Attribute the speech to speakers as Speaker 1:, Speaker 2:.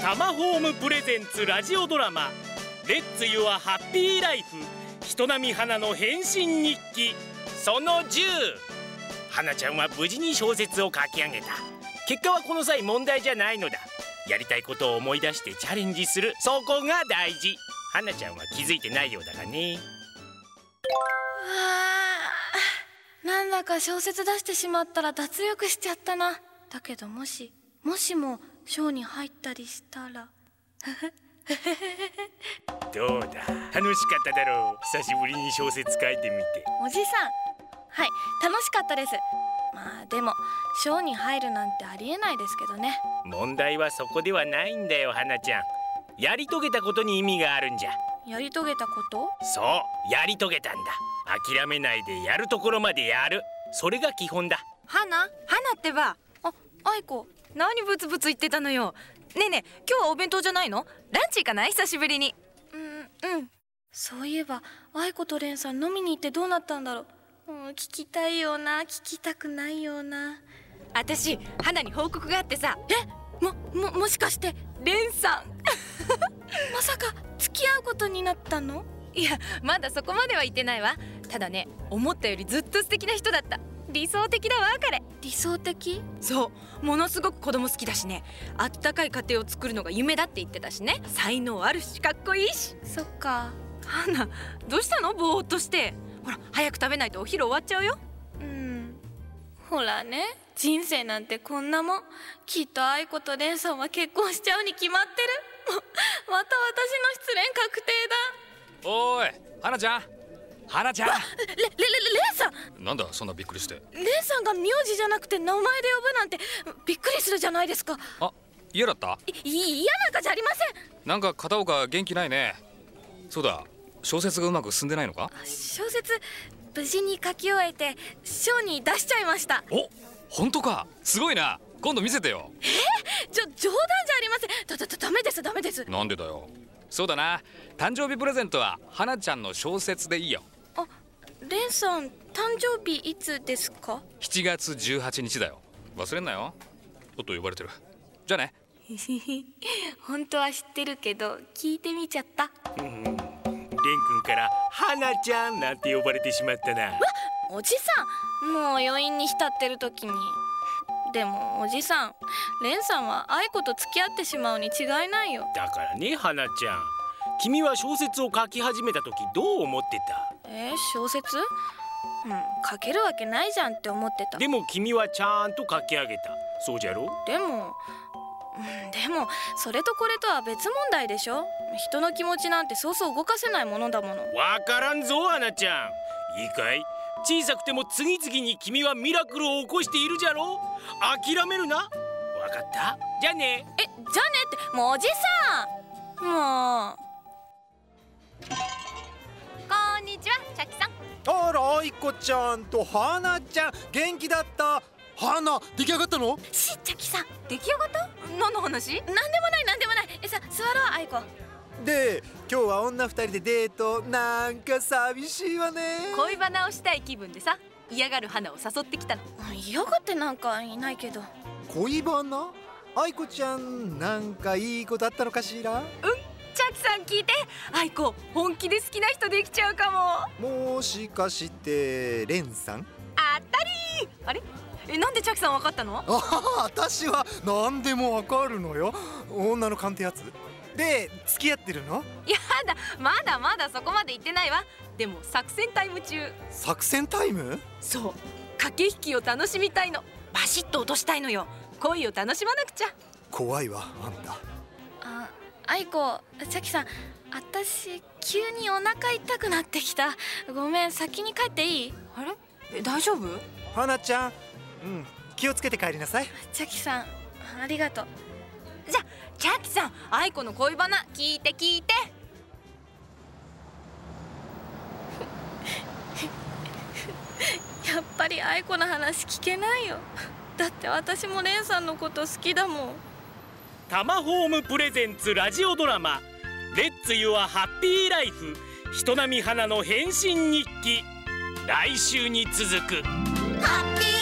Speaker 1: サマホームプレゼンツラジオドラマ「レッツ・ユア・ハッピー・ライフ」人並み花の変身日記その10花ちゃんは無事に小説を書き上げた結果はこの際問題じゃないのだやりたいことを思い出してチャレンジするそこが大事花ちゃんは気づいてないようだがね
Speaker 2: あなんだか小説出してしまったら脱力しちゃったなだけどもしもしもショーに入ったりしたら
Speaker 1: どうだ楽しかっただろう久しぶりに小説書いてみて
Speaker 2: おじさんはい楽しかったですまあでもショーに入るなんてありえないですけどね
Speaker 1: 問題はそこではないんだよ花ちゃんやり遂げたことに意味があるんじゃ
Speaker 2: やり遂げたこと
Speaker 1: そうやり遂げたんだ諦めないでやるところまでやるそれが基本だ
Speaker 3: 花花ってば
Speaker 2: あ愛子
Speaker 3: 何ブツブツ言ってたのよねえねえ今日はお弁当じゃないのランチ行かない久しぶりに
Speaker 2: うんうんそういえば愛子と蓮さん飲みに行ってどうなったんだろう、うん、聞きたいような聞きたくないような
Speaker 3: 私花に報告があってさ
Speaker 2: えもももしかして
Speaker 3: レンさ
Speaker 2: まさか付き合うことになったの
Speaker 3: んいやまだそこまでは言ってないわただね思ったよりずっと素敵な人だった理想的だわ彼
Speaker 2: 理想的
Speaker 3: そうものすごく子供好きだしねあったかい家庭を作るのが夢だって言ってたしね才能あるしかっこいいし
Speaker 2: そっか
Speaker 3: 花どうしたのぼーっとしてほら早く食べないとお昼終わっちゃうよ
Speaker 2: うんほらね人生なんてこんなもんきっと愛子と蓮さんは結婚しちゃうに決まってる もうまた私の失恋確定
Speaker 4: おい花ちゃん花ちゃ
Speaker 2: だレレレ蓮さん
Speaker 4: んなんだそんなびっくりして
Speaker 2: 蓮さんが名字じゃなくて名前で呼ぶなんてびっくりするじゃないですか
Speaker 4: あ家だった
Speaker 2: いい嫌なんかじゃありません
Speaker 4: なんか片岡元気ないねそうだ小説がうまく進んでないのか
Speaker 2: 小説無事に書き終えて賞に出しちゃいました
Speaker 4: お本当かすごいな今度見せてよ
Speaker 2: ちょ冗談じゃありませんだだだダメですダメです
Speaker 4: なんでだよそうだな誕生日プレゼントは花ちゃんの小説でいいよ
Speaker 2: あレンさん誕生日いつですか
Speaker 4: 7月18日だよ忘れんなよおっと呼ばれてるじゃあね
Speaker 2: 本当は知ってるけど聞いてみちゃった
Speaker 1: 蓮くんから「花ちゃん」なんて呼ばれてしまったな
Speaker 2: おじさんもう余韻に浸ってる時にでもおじさんレンさんは愛子と付き合ってしまうに違いないよ
Speaker 1: だからね花ちゃん君は小説を書き始めた時どう思ってた
Speaker 2: えー小説うん書けるわけないじゃんって思ってた
Speaker 1: でも君はちゃんと書き上げたそうじゃろ
Speaker 2: でもうんでもそれとこれとは別問題でしょ人の気持ちなんてそうそう動かせないものだもの
Speaker 1: わからんぞ花ちゃんいいかい小さくても次々に君はミラクルを起こしているじゃろ諦めるなわかったじゃあね
Speaker 2: えじゃあねってもうおじさんもう
Speaker 3: こんにちはシャキさん
Speaker 5: あら愛子ちゃんと花ちゃん元気だった花出来上がったの
Speaker 2: しっちゃきさん
Speaker 3: 出来上がった何の話
Speaker 2: なんでもないなんでもないえさ座ろう愛子
Speaker 5: で今日は女二人でデートなんか寂しいわね
Speaker 3: 恋バナをしたい気分でさ嫌がる花を誘ってきたの
Speaker 2: 嫌がってなんかいないけど
Speaker 5: 恋バナ愛子ちゃんなんかいいことあったのかしら
Speaker 3: チャキさん聞いて愛子本気で好きな人できちゃうかもあ
Speaker 5: もしかしてレンさん
Speaker 3: ったりーあれえなんでチャキさんわかったの
Speaker 5: あはは私は何でもわかるのよ女の勘ってやつで付き合ってるの
Speaker 3: やだまだまだそこまで言ってないわでも作戦タイム中
Speaker 5: 作戦タイム
Speaker 3: そう駆け引きを楽しみたいのバシッと落としたいのよ恋を楽しまなくちゃ
Speaker 5: 怖いわあんた
Speaker 2: あ愛子ちゃきさん私急にお腹痛くなってきたごめん先に帰っていい
Speaker 3: あれえ大丈夫
Speaker 5: 花ちゃんうん気をつけて帰りなさい
Speaker 2: ちゃきさんありがとう
Speaker 3: じゃあチャキさん愛子の恋バナ聞いて聞いて
Speaker 2: やっぱり愛子の話聞けないよだって私も蓮さんのこと好きだもん
Speaker 1: タマホームプレゼンツラジオドラマ「レッツ・ユア・ハッピー・ライフ人並み花の変身日記」来週に続く
Speaker 2: ハッピー